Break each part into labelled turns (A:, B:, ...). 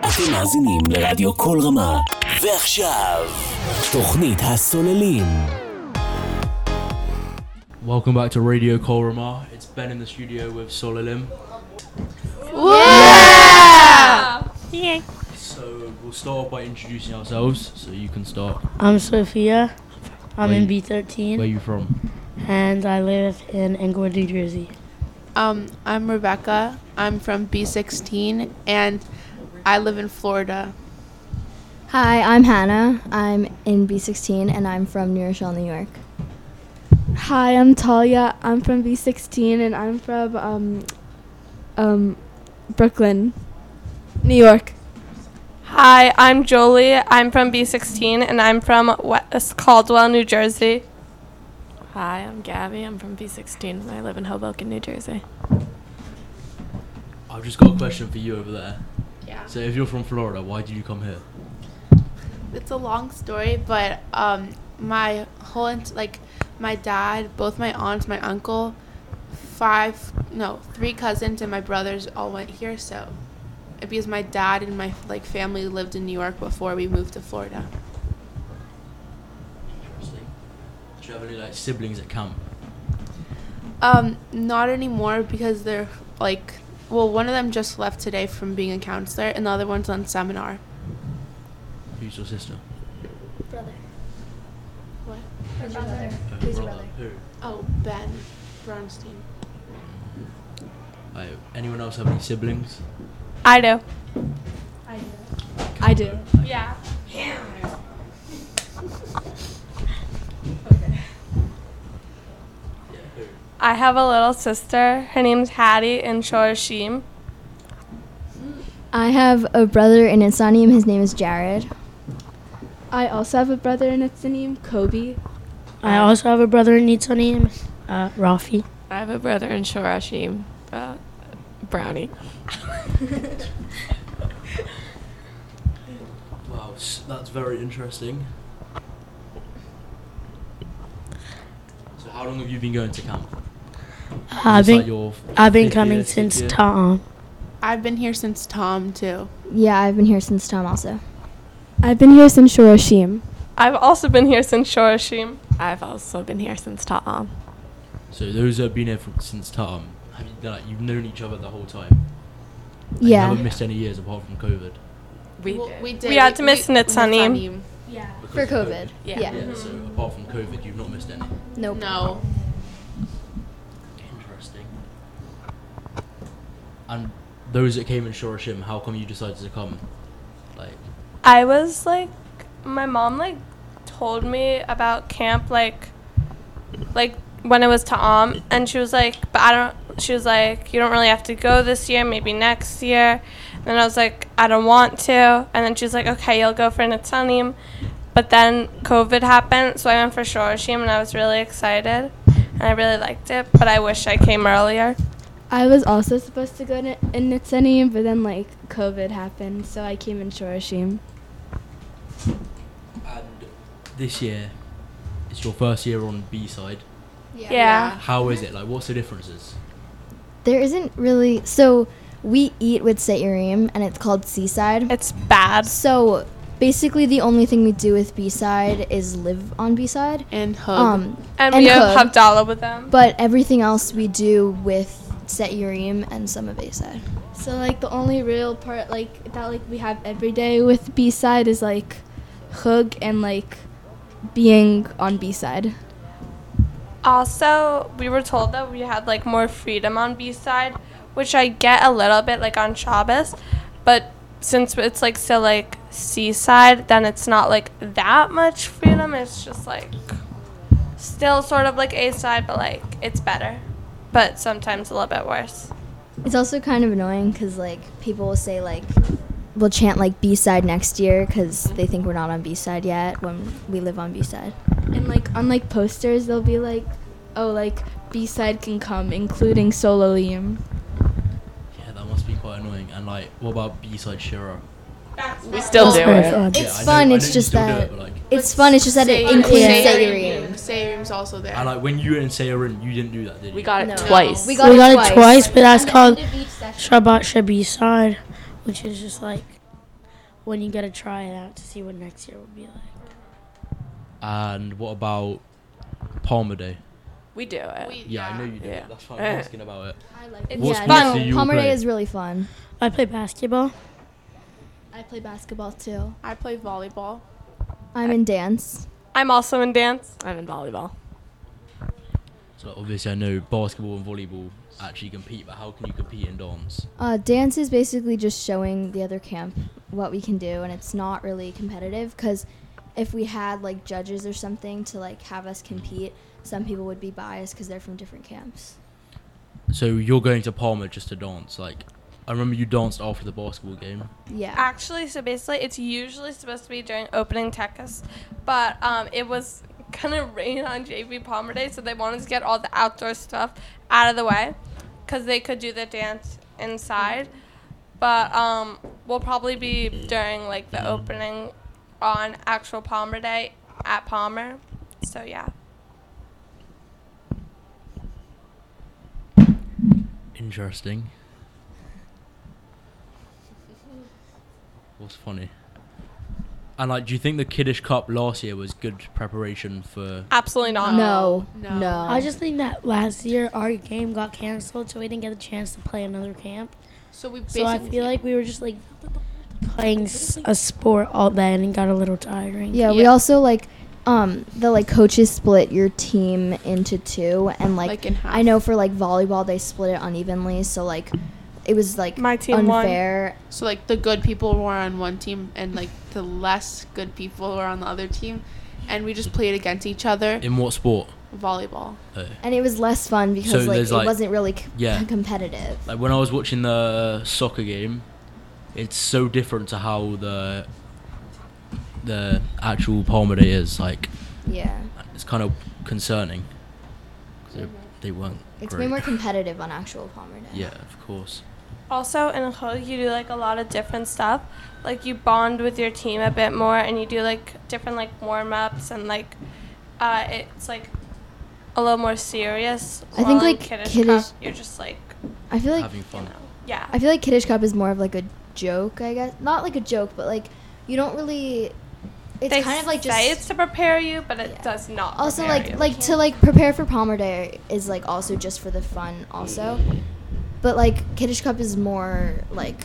A: אתם מאזינים לרדיו כל רמה. ועכשיו, תוכנית הסוללים.
B: Welcome back to Radio Colramar. It's Ben in the studio with Solilim. So we'll start off by introducing ourselves. So you can start.
C: I'm Sophia. I'm in
B: Wait. Where
C: B13
B: you from?
C: and I live in Englewood, New Jersey.
D: Um, I'm Rebecca. I'm from B16 and I live in Florida.
E: Hi, I'm Hannah. I'm in B16 and I'm from New Rochelle, New York.
F: Hi, I'm Talia. I'm from B16 and I'm from um, um, Brooklyn, New York.
G: Hi, I'm Jolie. I'm from B16 and I'm from West Caldwell, New Jersey.
H: Hi, I'm Gabby. I'm from B16 and I live in Hoboken, New Jersey.
B: I've just got a question for you over there.
D: Yeah.
B: So if you're from Florida, why did you come here?
D: It's a long story, but um, my whole ent- like my dad, both my aunts, my uncle, five no three cousins and my brothers all went here. So it because my dad and my like family lived in New York before we moved to Florida.
B: Interesting. Do you have any like siblings at camp?
D: Um, not anymore because they're like well one of them just left today from being a counselor and the other one's on seminar.
B: Who's your sister?
D: What?
B: Uh,
E: Who's your
B: Who?
D: Oh, Ben Bronstein.
B: Like, anyone else have any siblings?
G: I do.
F: I do.
G: Yeah.
B: Yeah. Who?
G: I have a little sister. Her name's Hattie and Shorashim.
E: I have a brother in Insanium. His name is Jared.
F: I also have a brother and it's the name Kobe.
C: I
B: Uh,
C: also have a brother in Nito named uh, Rafi.
H: I have a brother in Shorashim, uh, Brownie.
B: Wow, s- that's very interesting. So how long have you been going to camp?
C: I've
B: Is that
C: been,
B: your f-
C: I've been
B: fifth
C: coming
B: year, sixth
C: since
B: year?
C: Tom.
D: I've been here since Tom too.
E: Yeah, I've been here since Tom also.
F: I've been here since Shoroshim.
G: I've also been here since Shorashim.
H: I've also been here since Ta'am.
B: So those that have been here from, since Tarm, have you, like, you've known each other the whole time? Like, You
E: Yeah.
B: haven't missed any years apart from COVID.
H: We
D: Well,
H: did.
D: we did.
G: We had to miss
D: missed
G: Nitsanim.
D: Nitsanim.
B: because
E: For
B: of
E: COVID. Yeah.
B: Yeah. So apart from COVID, you've not missed any.
E: Nope.
D: No.
B: Interesting. And those that came in Shorashim, how come you decided to come? Like,
G: I was like, my mom like told me about camp like, like when it was Ta'am, and she was like, but I don't. She was like, you don't really have to go this year, maybe next year. And then I was like, I don't want to. And then she's like, okay, you'll go for Natanim. But then COVID happened, so I went for Shorashim, and I was really excited, and I really liked it. But I wish I came earlier.
F: I was also supposed to go to, in Nitsanim, but then like COVID happened, so I came in Shoroshim.
B: and this year, it's your first year on B side.
G: Yeah.
B: How is it? Like, what's the differences?
E: There isn't really. So we eat with Seirim, and it's called Seaside.
G: it's bad.
E: So basically, the only thing we do with B side is live on B side.
D: And Hug.
E: Um,
G: And,
E: And
G: we have
E: cooked.
G: Havdalah with them.
E: but everything else we do with Seirim and some of A side.
F: So like the only real part like that like we have every day with B side is like Hug and like being on B side.
G: Also, we were told that we had like more freedom on B side, which I get a little bit like on Shabbos, but since it's like still like seaside, then it's not like that much freedom. It's just like still sort of like A side, but like it's better, but sometimes a little bit worse.
E: It's also kind of annoying because like people will say like we'll chant like B side next year because they think we're not on B side yet when we live on B side.
F: And like on like posters, they'll be like, "Oh, like B side can come, including solo Liam."
B: Yeah, that must be quite annoying. And like, what about B side Shiro?
H: We still do
C: Sorry
H: it.
C: for that.
E: It's
B: I know-
E: fun.
B: I know
E: it's
B: you
E: just
B: still do
E: that
B: it, but, like,
E: it's fun. It's just that it includes Seirim.
D: Sayrim's also there.
B: and like when you were in Seirin, you didn't do that, did you?
H: We got it
E: No.
H: twice.
E: We
C: We got it twice, but that's called Shabbat Shabi side, which is just like when you get to try it out to see what next year will be like.
B: And what about Palmer Day?
H: We do it.
D: We,
B: Yeah, I know you do.
H: Yeah.
B: it. That's why I'm asking about it.
E: I like
G: It's
B: What
E: yeah,
G: fun.
B: sports do you
E: Palmer Day
B: play?
E: is really fun.
C: I play basketball.
F: I play basketball too.
D: I play volleyball.
E: I'm in dance.
G: I'm also in dance.
H: I'm in volleyball.
B: So obviously, I know basketball and volleyball actually compete, but how can you compete in dance?
E: Uh, dance is basically just showing the other camp what we can do, and it's not really competitive because if we had like judges or something to like have us compete, some people would be biased because they're from different camps.
B: So you're going to Palmer just to dance? Like, I remember you danced after the basketball game.
E: Yeah.
G: Actually, so basically, it's usually supposed to be during opening Texas, but um, it was gonna rain on JV Palmer Day, so they wanted to get all the outdoor stuff out of the way, cause they could do the dance inside. But um, we'll probably be during like the opening on actual Palmer Day at Palmer. So yeah,
B: Interesting. What's funny? And like, do you think the Kiddish Cup last year was good preparation for?
G: absolutely not.
E: No.
D: No.
E: No.
C: I just think that last year our game got canceled, so we didn't get a chance to play another camp.
D: So we
C: So
D: basically
C: I feel like we were just like playing s- a sport all day and it got a little tiring.
E: Yeah, we also like um the like coaches split your team into two and like,
D: Like in half.
E: I know for like volleyball they split it unevenly, so like it was like
G: My team won.
E: unfair.
D: so like the good people were on one team and like the less good people were on the other team, and we just played against each other
B: In what sport?
D: volleyball.
E: And it was less fun because like
B: there's,
E: it
B: like-
E: wasn't really c-
B: Yeah.
E: competitive.
B: Like when I was watching the soccer game, it's so different to how the the actual Palmer Day is. Like,
E: Yeah.
B: it's kind of concerning. 'Cause they- They weren't.
E: It's
B: great.
E: way more competitive on actual Palmer Day.
B: Yeah, of course.
G: Also, in a club, you do like a lot of different stuff. Like you bond with your team a bit more, and you do like different like warm ups and like uh, it's like a little more serious.
E: I think,
G: While in
E: like,
G: kiddish,
E: Kiddish-
G: cup, you're just like
E: I feel like
B: Having
G: you
B: fun.
G: know yeah.
E: I feel like Kiddish Cup is more of like a joke, I guess. Not like a joke, but like you don't really it's
G: They
E: kind of like just
G: say it's to prepare you, but it
E: Yeah.
G: does not.
E: also
G: prepare
E: like
G: you.
E: like to like prepare for Palmer Day is like also just for the fun also, but like Kiddish Cup is more like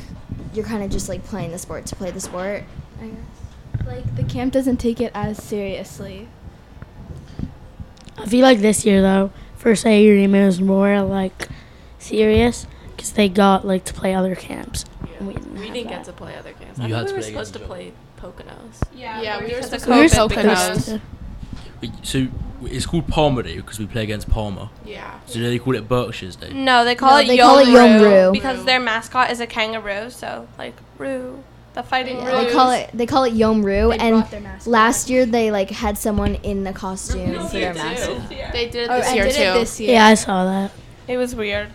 E: you're kind of just like playing the sport to play the sport. I guess.
F: Like the camp doesn't take it as seriously.
C: I feel like this year though, first A year team was more like serious because they got like to play other camps. and We didn't,
H: We
C: have
H: didn't
C: that.
H: get to play other games.
B: You
H: I
B: had
H: thought we
B: to
H: were
B: play
H: supposed to
B: against
H: play Poconos.
G: yeah,
D: Yeah, we were
G: because of
D: supposed to- We were
G: COVID,
D: supposed
G: because-
D: to.
B: Wait, So it's called Palmer Day because we play against Palmer.
D: Yeah.
B: So do they call it Berkshire's Day?
G: No, they call
E: No,
G: it
E: they call it
G: Yomru
E: Yomru.
G: because their mascot is a kangaroo. So like Roo, the fighting
E: Yeah,
G: Roo.
E: they call it they call it Yom Roo,
F: They brought their
E: and
F: mascot.
E: last year they like had someone in the costume for their mascot.
D: They did it
F: Oh,
D: this
F: I
D: year
F: did
D: too.
F: it this year.
C: Yeah, I saw that.
G: It was weird.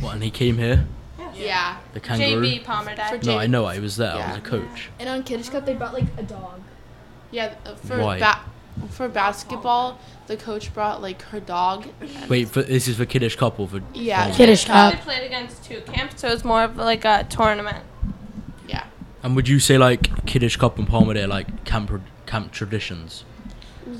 B: What, and he came here?
D: yeah.
B: The kangaroo?
G: JB Palmer Day.
B: No, I know. I was there. I was
D: Yeah.
B: a coach.
F: And on Kiddish Cup, they brought like a dog.
D: Yeah, uh, for
B: Why?
D: ba- for basketball, the coach brought like her dog.
B: Wait, for, this is for Kiddish couple for
D: Yeah,
B: Palmer.
C: Kiddish
G: They
C: Cup.
G: played against two camps, so it was more of like a tournament.
D: Yeah.
B: And would you say like Kiddish Cup and Palmer Day are, like camp pro- camp traditions?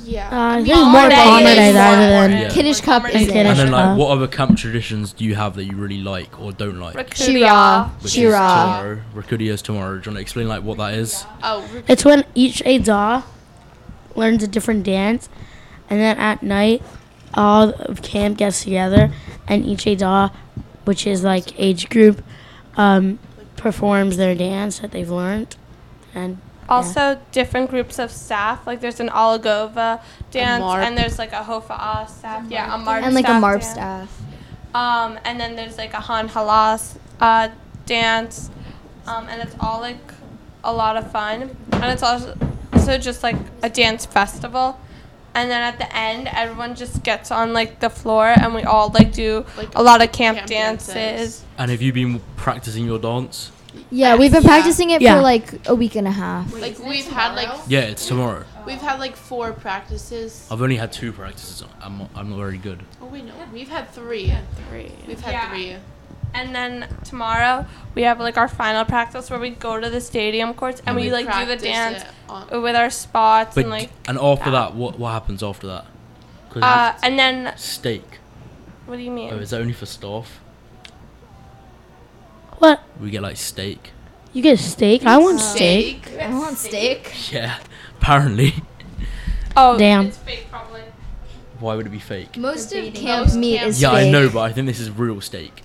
D: Yeah.
C: Uh, there's
G: Palmer
C: more
G: Day
C: Palmer
G: is
C: Day rather
G: more
C: than
B: Yeah.
E: Kiddish Cup
G: Palmer Day
E: is
C: And Kiddish
B: and then like
C: Cup.
B: what other camp traditions do you have that you really like or don't like?
E: Shira,
B: Which is
E: Shira.
B: tomorrow. Rikudio's tomorrow. Do you want to explain like what that is?
D: oh, we're-
C: It's when each Ada learns a different dance, and then at night, all of camp gets together, and each Ada, which is like age group, um, performs their dance that they've learned, and
G: Also, different groups of staff. Like there's an Oligova dance,
D: marp.
G: and there's like a Hofa'a staff. Yeah, a Marp
E: and like a
G: staff
E: Marv
G: dance.
E: staff.
G: Um, and then there's like a Han Halas uh, dance, um, and it's all like a lot of fun. And it's also so just like a dance festival. And then at the end, everyone just gets on like the floor, and we all like do
D: Like,
G: a lot of camp,
D: camp
G: dances.
D: dances.
B: And have you been practicing your dance?
E: Yeah, we've been
D: Yeah.
E: practicing it
C: Yeah.
E: for like a week and a half.
D: like we've had like
B: Yeah, it's tomorrow.
D: we've had like four practices.
B: I've only had two practices. I'm not, I'm not very good.
D: Oh wait, no, we've had three.
H: Three.
D: We've had
G: Yeah.
D: three.
G: And then tomorrow we have like our final practice where we go to the stadium courts and we like do the
D: practice
G: dance
D: it on-
G: with our spots
B: But
G: and like
B: and after
G: that.
B: that, what what happens after that? 'Cause
G: uh and then
B: steak.
G: what do you mean?
B: Oh, is that only for staff?
C: What?
B: We get like steak.
C: You get steak? I want steak.
E: I want steak.
B: Yeah, apparently.
G: Oh,
C: Damn.
G: It's fake probably.
B: Why would it be fake?
E: Most of camp
D: Most
E: meat
D: camp
E: is
B: Yeah, I
E: steak.
B: know, but I think this is real steak.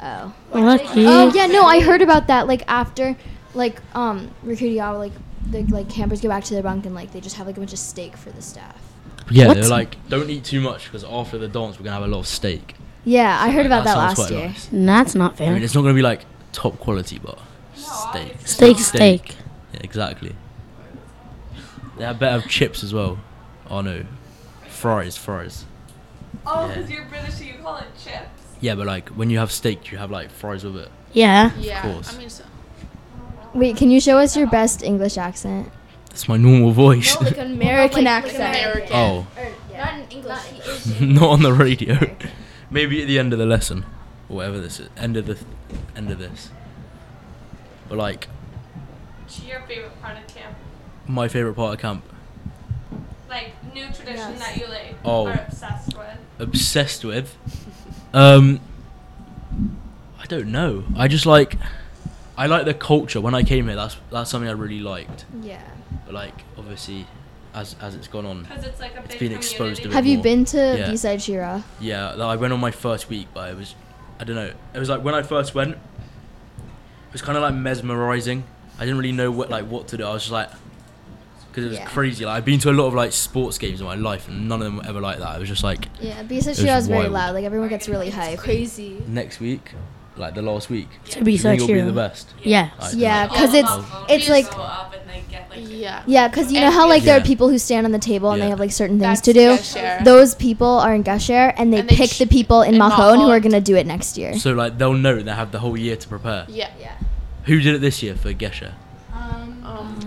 E: Oh.
C: Lucky.
E: Oh yeah,
B: Mm-hmm.
E: no, I heard about that. Like after, like um, Rikudiawa, like the like campers go back to their bunk and like they just have like a bunch of steak for the staff.
B: Yeah,
C: What?
B: they're like, don't eat too much because after the dance we're gonna have a lot of steak.
E: Yeah, I heard about
B: Like,
E: that
B: sounds
E: last
B: quite
E: year.
B: nice.
C: That's not
B: I
C: fair.
B: mean, it's not gonna be like top quality, but steak.
C: Steak, steak.
B: Yeah, exactly. They have better chips as well. Oh no, fries, fries.
G: Oh,
B: Yeah.
G: because you're British, so you call it chips.
B: Yeah, but like when you have steak, you have like fries with it.
C: Yeah.
D: Yeah.
B: course.
D: I mean, so,
E: Wait, can you show us your best English accent?
B: That's my normal voice.
E: an
F: American accent.
D: American.
B: oh,
E: Er, Not in English.
B: not on the radio. Maybe at the end of the lesson, or whatever this is. End of the, th- end of this. But like
G: What's your favorite part of camp?
B: my favorite part of camp,
G: Like new tradition that you like
B: Oh.
G: are obsessed with.
B: obsessed with. Um, I don't know. I just like, I like the culture. When I came here, that's that's something I really liked.
E: Yeah.
B: But like obviously, as as it's gone on,
G: Because it's like a big
B: been
G: community.
B: exposed to it.
E: Have you
B: more.
E: been to
B: Yeah.
E: B-side Shira?
B: Yeah, like, I went on my first week, but it was, I don't know. It was like when I first went, it was kind of like mesmerizing. I didn't really know what like what to do. I was just like, because it was
E: Yeah.
B: crazy. Like I've been to a lot of like sports games in my life, and none of them were ever like that. I was just like,
E: Yeah, B-side
B: was
E: Shira is very
B: wild.
E: loud. Like everyone gets really hyped.
F: Crazy.
B: next week, like the last week,
C: To be
B: you think it'll
C: such
B: be the
C: hero.
B: best.
C: Yeah.
B: I don't
E: Yeah,
B: know.
E: because it's it's like
D: Yeah.
E: yeah, because you know how like there are
B: Yeah.
E: people who stand on the table and
B: Yeah.
E: they have like certain
D: That's
E: things to do.
D: Gush Share.
E: Those people are in Gusher and they
D: And they
E: pick
D: ch-
E: the people in
D: in
E: Mahone who are
D: Mahone.
E: gonna do it next year.
B: So like they'll know they have the whole year to prepare.
D: Yeah.
B: Who did it this year for Gesha?
D: Um,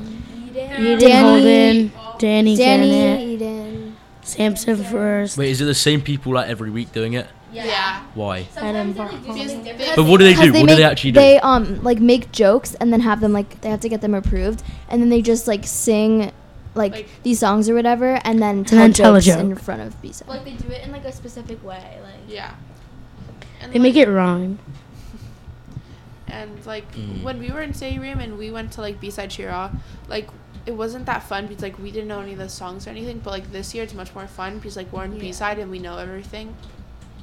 C: Eden
E: Danny-
C: Holden, Danny,
E: Danny,
C: Gannett,
E: Eden.
C: Samson first.
B: Wait, is it the same people like every week doing it?
D: yeah.
B: Why?
C: Adam
D: Because-
B: But what do they do?
E: Because
B: what
E: make,
B: do they actually do?
E: They um like make jokes and then have them like they have to get them approved and then they just like sing like,
D: Like-
E: these songs or whatever and then tell,
C: then
E: jokes
C: tell a joke.
E: in front of B side.
I: Like they do it in like a specific way. Like
D: Yeah. And
C: They
D: like-
C: make it rhyme.
D: And like
B: Mm.
D: when we were in study room and we went to like B side Shira, like it wasn't that fun because like we didn't know any of the songs or anything. But like this year it's much more fun because like we're in B side and we know everything.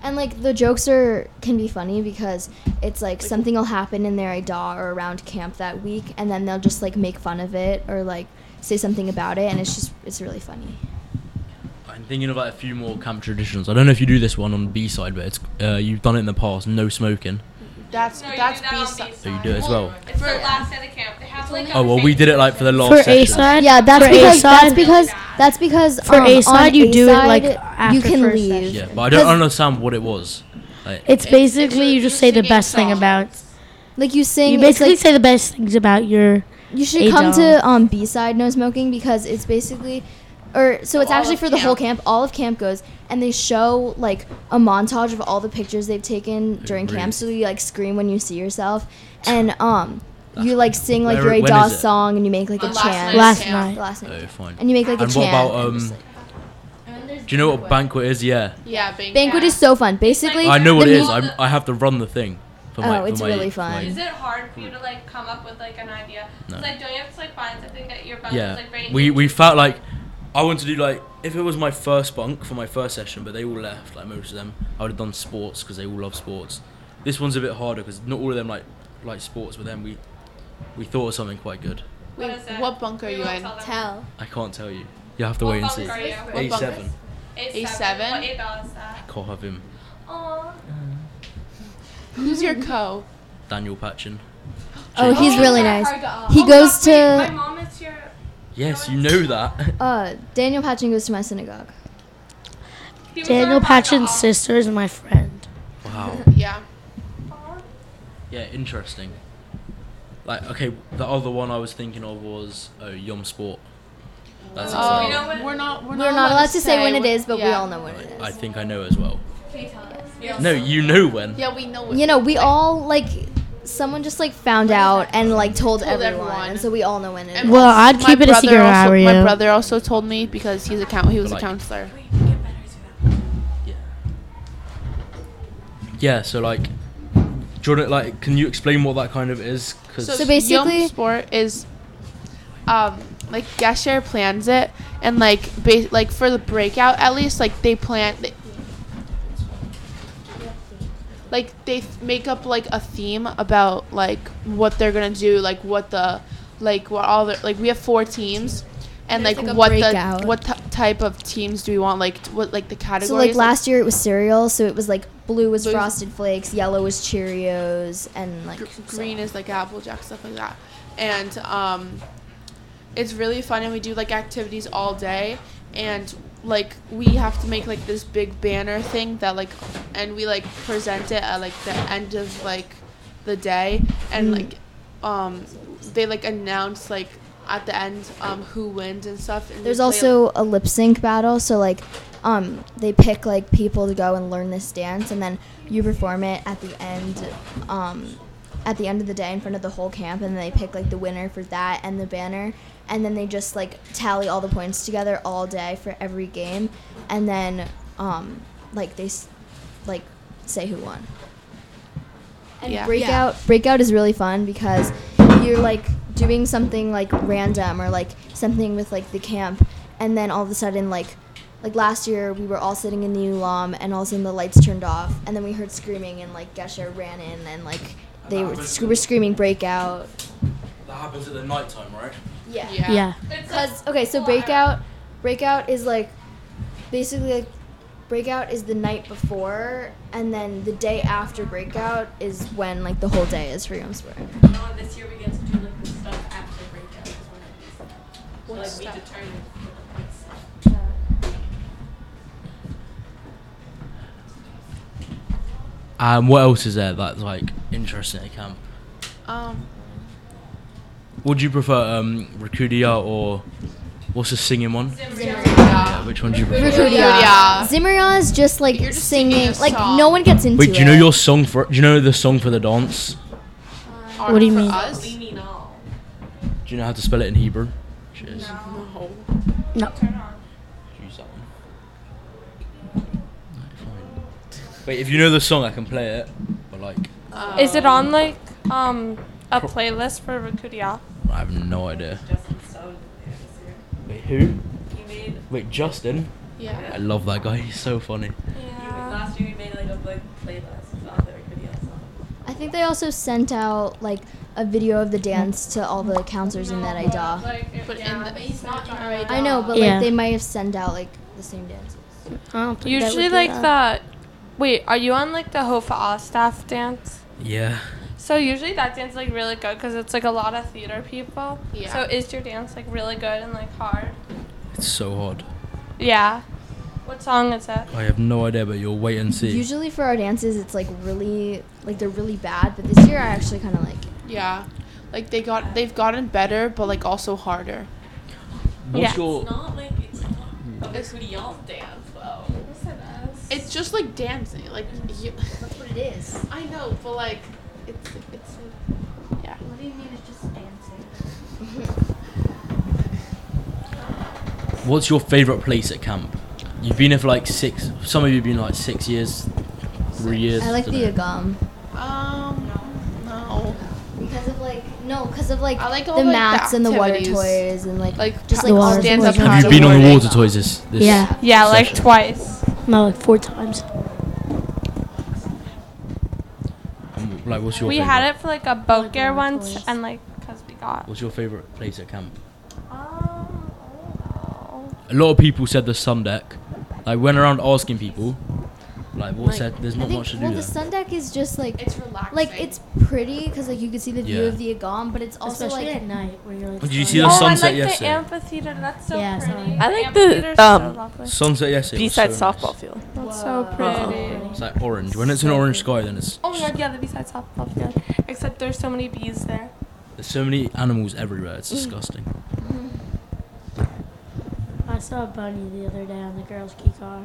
E: And like the jokes are can be funny because it's like something will happen in their IDA or around camp that week and then they'll just like make fun of it or like say something about it and it's just it's really funny.
B: I'm thinking of like a few more camp traditions. I don't know if you do this one on B side, but it's uh, you've done it in the past. No smoking.
D: That's
G: No, you do
D: that's
G: that
D: B
G: on
D: side.
B: So you do it as well.
G: It's the last day of the camp. They have like
B: Oh well, we did it like for the last
C: For A
B: session.
C: side,
E: Yeah, that's
C: for
E: because
C: A-side,
E: that's because that's because
C: For
E: um,
C: A-side,
E: on
C: you do it, like,
E: A-side,
C: after
E: you can
C: first
E: leave.
B: Yeah, but I don't understand what it was. Like,
C: it's basically you
D: you're
C: just say the
D: singing
C: best thing
D: songs.
C: about.
E: Like you sing
C: You
E: it's,
C: basically
E: like,
C: say the best things about your.
E: You should
C: A
E: come
C: dome.
E: to um, B side no smoking because it's basically, or so it's
D: all
E: actually
D: of
E: for the whole
D: camp.
E: camp. All of camp goes and they show like a montage of all the pictures they've taken during
B: Really?
E: camp. So you like scream when you see yourself, and um, you like sing like
B: Where-
E: your
B: when
E: Daw
B: is it?
E: song and you make like a
D: On last
E: chant.
D: night's
C: Last
D: camp.
C: night.
E: Last night.
B: oh fine.
E: And you make like a
B: And what
E: chant.
B: about
E: and it's
B: um?
E: like-
B: Do you know what banquet is? Yeah,
D: Yeah, banquet.
E: banquet is so fun. Basically,
B: I know what
E: the
B: it is.
E: mu-
B: I'm, I have to run the thing. For my,
E: Oh,
B: for
E: it's
B: my-
E: really
B: for my-
E: fun.
G: Is it hard for you
B: Hmm.
G: to like come up with like an idea? 'Cause, like don't you have to like find something that your bunk is
B: yeah,
G: like very
B: we we
G: engaging?
B: felt like I wanted to do like if it was my first bunk for my first session, but they all left. Like most of them, I would have done sports because they all love sports. This one's a bit harder because not all of them like like sports, but then we we thought of something quite good.
D: Wait,
G: What is it?
D: what bunk are
G: We
D: you
G: won't
D: in?
G: tell them.
E: tell.
B: I can't tell you. You have to
G: What
B: wait and
G: bunk
B: see.
G: are you?
B: A
D: bunk
B: seven.
G: A
D: A7?
G: seven. What A bell is that?
B: Can't have him.
G: Aw.
D: Who's your co?
B: Daniel Patchen.
E: Oh, he's really nice. He
G: Oh,
E: goes
G: no, wait, My
E: to
G: mom is your.
B: Yes, you know that.
E: uh, Daniel Patchen goes to my synagogue.
G: he was our
C: Daniel
G: bunk
C: Patchen's
G: off.
C: sister is my friend.
B: wow.
D: Yeah.
B: Yeah, interesting. Like, okay, the other one I was thinking of was oh, Yom Sport. That's
D: Oh,
B: exciting.
G: know what-
D: we're not. We're,
E: We're not allowed to say when it is, but we all know when it
B: I,
E: is.
B: I think I know as well.
G: Can you tell us?
B: No, you knew when.
D: Yeah, we know. What
E: You know, we all like someone just like found out and like told, everyone,
D: everyone.
E: and so we all know when it
D: And
E: is.
C: Well, I'd
D: my
C: keep it a
D: brother
C: secret if I
D: also-
C: were you.
D: My brother also told me because he's a count. He was
B: Like-
D: a counselor.
B: Yeah, so like, Jordan, like, can you explain what that kind of is? Because
E: So basically-
D: Yom Sport is, um, like Gesher plans it, and like ba- like for the breakout at least, like they plan, they, like they f- make up like a theme about like what they're gonna do, like what the, like what all the like we have four teams. And
E: There's,
D: like,
E: like, a
D: what
E: breakout.
D: the what t- type of teams do we want? Like t- what like the categories?
E: So like last year it was cereal, so it was like blue was
D: Blue-
E: Frosted Flakes, yellow was Cheerios, and like
D: gr-
E: so-
D: green is like Applejack stuff like that, and um, it's really fun. And we do like activities all day, and like we have to make like this big banner thing that like, and we like present it at like the end of like the day, and like um, they like announce like at the end um who wins and stuff. And we
E: There's
D: play,
E: also a lip sync battle, so like um they pick like people to go and learn this dance and then you perform it at the end um at the end of the day in front of the whole camp and they pick like the winner for that and the banner and then they just like tally all the points together all day for every game and then um like they s- like say who won. And
D: Yeah.
E: breakout breakout is really fun because you're like doing something like random or like something with like the camp and then all of a sudden like like last year we were all sitting in the ulam and all of a sudden the lights turned off and then we heard screaming and like Gesher ran in and like they were, sc- were screaming breakout.
B: that happens at the night time, right?
E: Yeah.
D: yeah.
C: Yeah.
E: Cuz okay, so breakout breakout is like basically like breakout is the night before and then the day after breakout is when like the whole day is for Yom Sport.
J: this year we get to do like the stuff after breakout. is when it is. So, like we determine what's
B: Um, what else is there that's like interesting at camp?
D: Um,
B: Would you prefer um, Recudia or what's the singing one? Yeah, which one do you prefer?
D: yeah.
E: Zimmeria is just like
D: You're just singing
E: singing,
D: a
E: like
D: song.
E: no one gets into
B: Wait, do you know
E: it.
B: your song for? Do you know the song for the dance?
D: Are-
C: What do you
D: for
C: mean?
D: us?
J: we mean all.
B: Do you know how to spell it in Hebrew? Cheers.
D: No.
B: Use that one. Alright, fine. Wait, if you know the song, I can play it. But like,
G: Is it on like um a playlist for Rakudia?
B: I have no idea.
J: Justin's so there this year.
B: Wait, who?
J: You made
B: Wait, Justin.
D: Yeah.
B: I love that guy. He's so funny.
J: you, last year you made like a big playlist with all the video songs.
E: I think they also sent out like a video of the dance to all the counselors in that Ida.
D: But in the, it's not already.
E: I know, but
C: Yeah.
E: like they might have sent out like the same dances.
C: I don't think that would
G: Usually
C: be
G: like
C: that.
G: the wait, are you on like the Hofa staff dance?
B: Yeah.
G: So usually that dance like really good because it's like a lot of theater people.
D: Yeah.
G: So is your dance like really good and like hard?
B: It's so hard.
G: Yeah. What song is it?
B: I have no idea, but you'll wait and see.
E: Usually for our dances, it's like really like they're really bad, but this year I actually kind of like. it.
D: Yeah. Like they got they've gotten better but like also harder.
B: What's
G: Yeah.
B: your?
J: It's not like it's not a Kudial dance though.
D: It's just like dancing. Like you,
E: That's what it is.
D: I know, but like it's it's yeah.
I: What do you mean it's just dancing?
B: What's your favorite place at camp? You've been here for like six. Some of you have been like six years, three years.
E: I like
B: dunno.
E: the agam
D: Um no.
E: because of like no, because of like
D: I like all,
E: the
D: like, the
E: mats and the water
D: activities.
E: toys and like
D: Like
E: just
D: pa-
E: like
C: The
E: all
C: water
E: the
D: stands up
E: toys.
B: Have you been on the
D: Paddleboarding.
B: water toys this? this
C: Yeah.
G: Yeah, like
B: Session.
G: twice.
C: No, like four times.
B: um, Like, what's your?
G: We
B: favorite?
G: had it for like a boat
E: like
G: gear
E: all the
G: once
E: toys.
G: and like because we got.
B: What's your favorite place at camp?
G: Um, I don't know.
B: A lot of people said the sun deck. I went around asking people. Like, what said? There's
E: I
B: not
E: think
B: much to do
E: well,
B: there.
E: the sun deck is just like
D: It's relaxing.
E: like it's pretty because like you can see the view
B: Yeah.
E: of the agam, but it's also
C: Especially
E: like
C: at night where you're like.
B: Did you
C: starting-
B: see the
G: oh,
B: sunset
G: I like
B: yesterday?
G: the amphitheater. That's so
C: Yeah,
G: pretty.
C: sorry.
H: I like the,
G: amphitheater's
H: um,
G: so lovely.
B: Sunset yesterday. was
H: B-side
B: so nice.
H: softball field.
G: That's so
E: Whoa.
G: pretty.
B: It's like orange. When it's an orange sky, then it's.
G: Oh my god, yeah, the B-side softball field. Except there's so many bees there.
B: There's so many animals everywhere. It's disgusting.
C: I saw a bunny the other day on the girls' key car.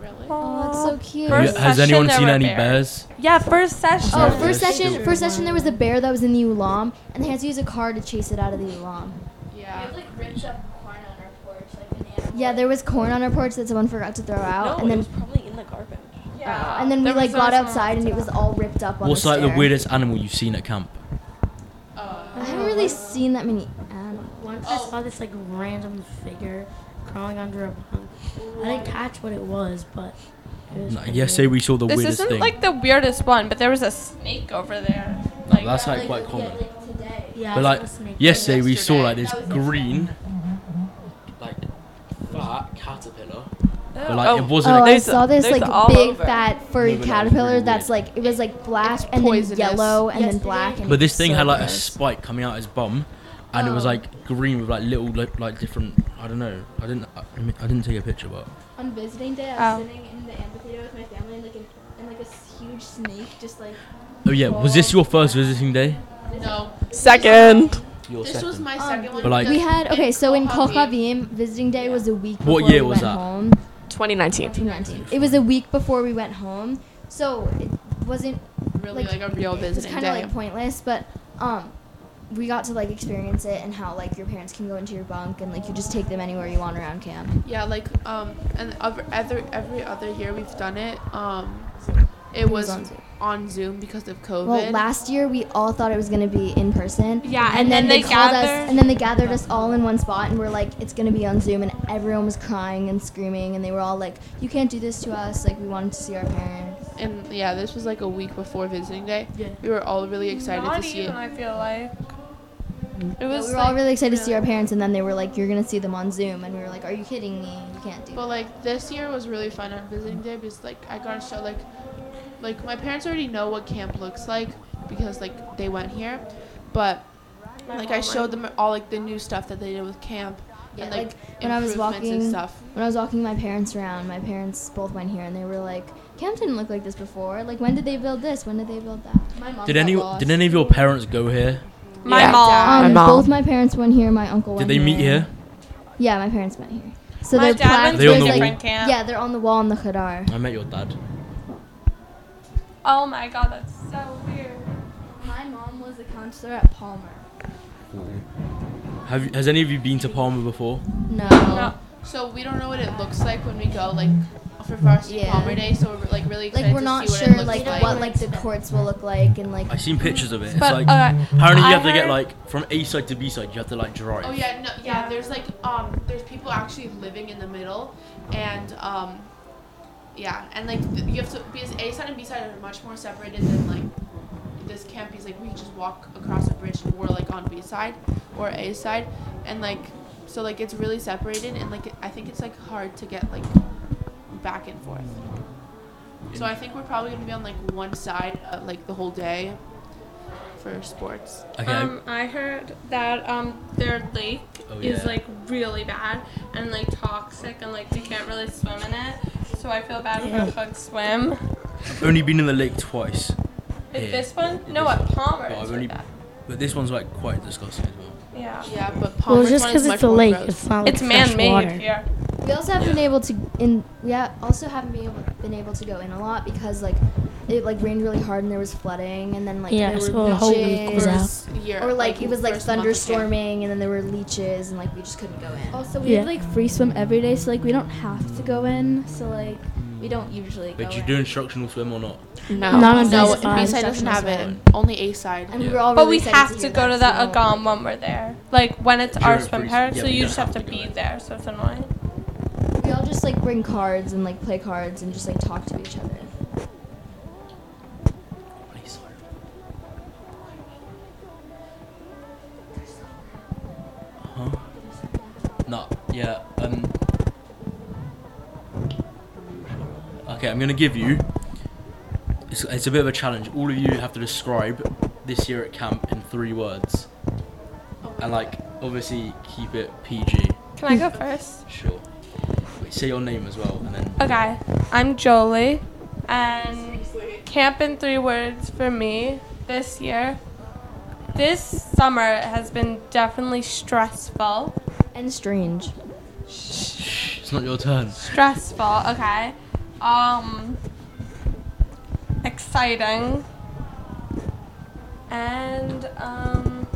D: Really?
E: Oh, that's so cute.
B: Have you- Has anyone seen any bears?
G: Yeah, first session.
E: Oh, first session. First session, there was a bear that was in the ulam, and they had to use a car to chase it out of the
D: Yeah.
E: ulam.
I: We have like ripped up corn on our porch, like an animal.
E: Yeah, there was corn on our porch that someone forgot to throw out, and then
J: probably in the garbage.
E: uh, and then we
G: There
E: like
G: was
E: got
G: someone
E: outside, and it was all ripped up. On
B: What's
E: the
B: like the
E: stair.
B: weirdest animal you've seen at camp?
E: I haven't really seen that many animals.
C: Once
D: Oh.
C: I saw this like random figure crawling under a bunk. I didn't catch what it was, but it was
B: No,
C: pretty
B: yeah, say we saw the
G: This
B: weirdest
G: isn't
B: thing.
G: like the weirdest one, but there was a snake over there.
B: No,
G: Like,
B: that's like quite common.
C: weird. yeah,
B: But
C: I saw
B: like
C: a snake.
B: yesterday, we saw
D: yesterday.
B: like this
D: That was
B: green, like fat caterpillar. But
G: Ew.
B: like it
G: Oh.
B: wasn't.
E: Oh,
B: a-
E: I
G: There's-
E: saw this
G: there's
E: like
G: all
E: big
G: over.
E: fat furry
B: No, but that was
E: caterpillar
B: really
E: that's
B: weird.
E: like it was like black and
D: poisonous.
E: then yellow and then
C: Yesterday-
E: black. And
B: but this thing
E: so
B: had like a
E: gross.
B: spike coming out of his bum, and it was like green with like little like, like different. I don't know. I didn't. I, I mean, I didn't take a picture, but
K: On visiting day, I was
G: Oh.
K: sitting in the amphitheater with my family, and like, an, and, like a s- huge snake just like.
B: oh yeah, was this your first visiting day?
D: No.
H: Second.
B: Your
D: This was my second one.
B: But, like-
E: Um, We had okay, so in
D: Koh
E: Kolkhavim, visiting day was a week.
B: What
E: Before
B: year
E: we
B: was
E: went
B: that?
E: Home.
H: 2019.
E: 2019. It was a week before we went home, so it wasn't
D: really like,
E: like,
D: a real
E: it was
D: visiting
E: kind
D: day.
E: of like pointless, but um, we got to like experience it and how like your parents can go into your bunk and like you just take them anywhere you want around camp.
D: yeah, like um, and other every, every other year we've done it. Um, it was
E: on Zoom.
D: on Zoom because of COVID.
E: Well, last year we all thought it was gonna be in person.
G: Yeah, and then they
E: called
G: gathered-
E: us, and then they gathered us all in one spot, and we're like, it's gonna be on Zoom, and everyone was crying and screaming, and they were all like, you can't do this to us, like we wanted to see our parents.
D: and yeah, this was like a week before visiting day. We were all really excited
G: Not
D: to see it.
G: even, I feel like. It
E: Yeah,
G: was
E: we were all really excited to see our parents, and then they were like, you're gonna see them on Zoom, and we were like, are you kidding me? You can't do.
D: But
E: that."
D: like this year was really fun on visiting day because like I got to show like like my parents already know what camp looks like because like they went here, but like I showed them all like the new stuff that they did with camp
E: Yeah,
D: and like,
E: like, when I was
D: improvements and
E: walking-
D: stuff.
E: When I was walking my parents around, my parents both went here, and they were like, camp didn't look like this before. Like, when did they build this? When did they build that?
K: My mom
B: Did
K: got
B: any
K: lost.
B: did any of your parents go here?
G: my
H: Yeah.
G: mom.
E: Um,
H: mom.
E: both my parents went here. My uncle
B: Did
E: went.
B: they meet here?
E: Yeah, my parents met here. So
G: My
E: their
G: dad went
E: plaques
B: to a
E: was, like-
G: different camp.
E: Yeah, they're on the wall in the Khadar.
B: I met your dad.
G: Oh my god, that's so weird.
K: My mom was a counselor at Palmer.
B: Have you- has any of you been to Palmer before?
E: No.
G: No.
D: So we don't know what it looks like when we go like for varsity
E: Yeah.
D: Palmer Day. So we're like really excited
E: Like we're
D: to
E: not
D: see
E: sure
D: what it looks
E: like,
D: like.
E: what like the courts will look like and like
B: I seen pictures of it. It's
G: But
B: like
G: uh,
B: apparently you
G: I
B: have to get
G: heard-
B: like from A side to B side. You have to like drive.
D: Oh yeah, no, yeah. There's like um, there's people actually living in the middle, and um, yeah, and like th- you have to because A side and B side are much more separated than like this camp is like we just walk across a bridge and we're like on B side or A side, and like so like it's really separated and like I think it's like hard to get like back and forth. So I think we're probably gonna be on like one side uh, like the whole day for sports.
B: Okay. I-
G: Um, I heard that um their lake
B: oh yeah.
G: is like really bad and like toxic and like they can't really swim in it. So I feel bad about bugs swim.
B: I've only been in the lake twice,
G: Is
B: Yeah.
G: this one?
B: It
G: No,
B: is.
G: at Palmer.
B: But
G: it's
B: I've
G: really
B: only-
G: bad.
B: but this one's like quite disgusting as well.
G: Yeah.
D: Yeah, but
C: Well,
D: Palmer's
C: just
D: one is
C: because
D: much
C: it's a
D: more
C: lake,
D: gross.
C: it's not like
G: It's
C: fresh water.
G: man-made here.
E: we also haven't
B: Yeah.
E: been able to in yeah also haven't been able been able to go in a lot because like it like rained really hard and there was flooding and then like
C: Yeah,
E: there
C: so
E: were
C: the whole week was
E: leeches,
C: out.
D: first year,
E: or like it was like
D: first month of camp.
E: thunderstorming and then there were leeches and like we just couldn't go in.
K: Also, we
C: Yeah.
K: have, like free swim every day, so like we don't have to go in. So like we don't usually.
B: But
K: go
B: you
K: in.
B: do instructional swim or not?
D: No,
C: Not on
D: no,
C: this side.
D: B side doesn't have it.
B: Fine.
D: Only A side.
E: and we
B: Yeah.
E: were all
G: But
E: really
G: we
E: excited
G: have to
E: hear
G: go
E: that,
G: to that
E: so-
G: Agam when we're there. Like when it's our
B: Sure,
G: swim
B: pretty-
G: park,
B: yeah,
G: so
B: but you
G: you
B: don't
G: just have to
B: have to go
G: be
B: in.
G: there, so it's annoying.
E: We all just like bring cards and like play cards and just like talk to each other.
B: Huh? No. Yeah. Um. Okay, I'm gonna give you. It's, it's a bit of a challenge. All of you have to describe this year at camp in three words, and like obviously keep it PG.
G: Can I go first?
B: Sure. Wait, say your name as well, and then.
G: Okay, I'm Jolie, and camp in three words for me this year. This summer has been definitely stressful.
E: And strange.
B: It's not your turn.
G: Stressful, okay. um, exciting, and um,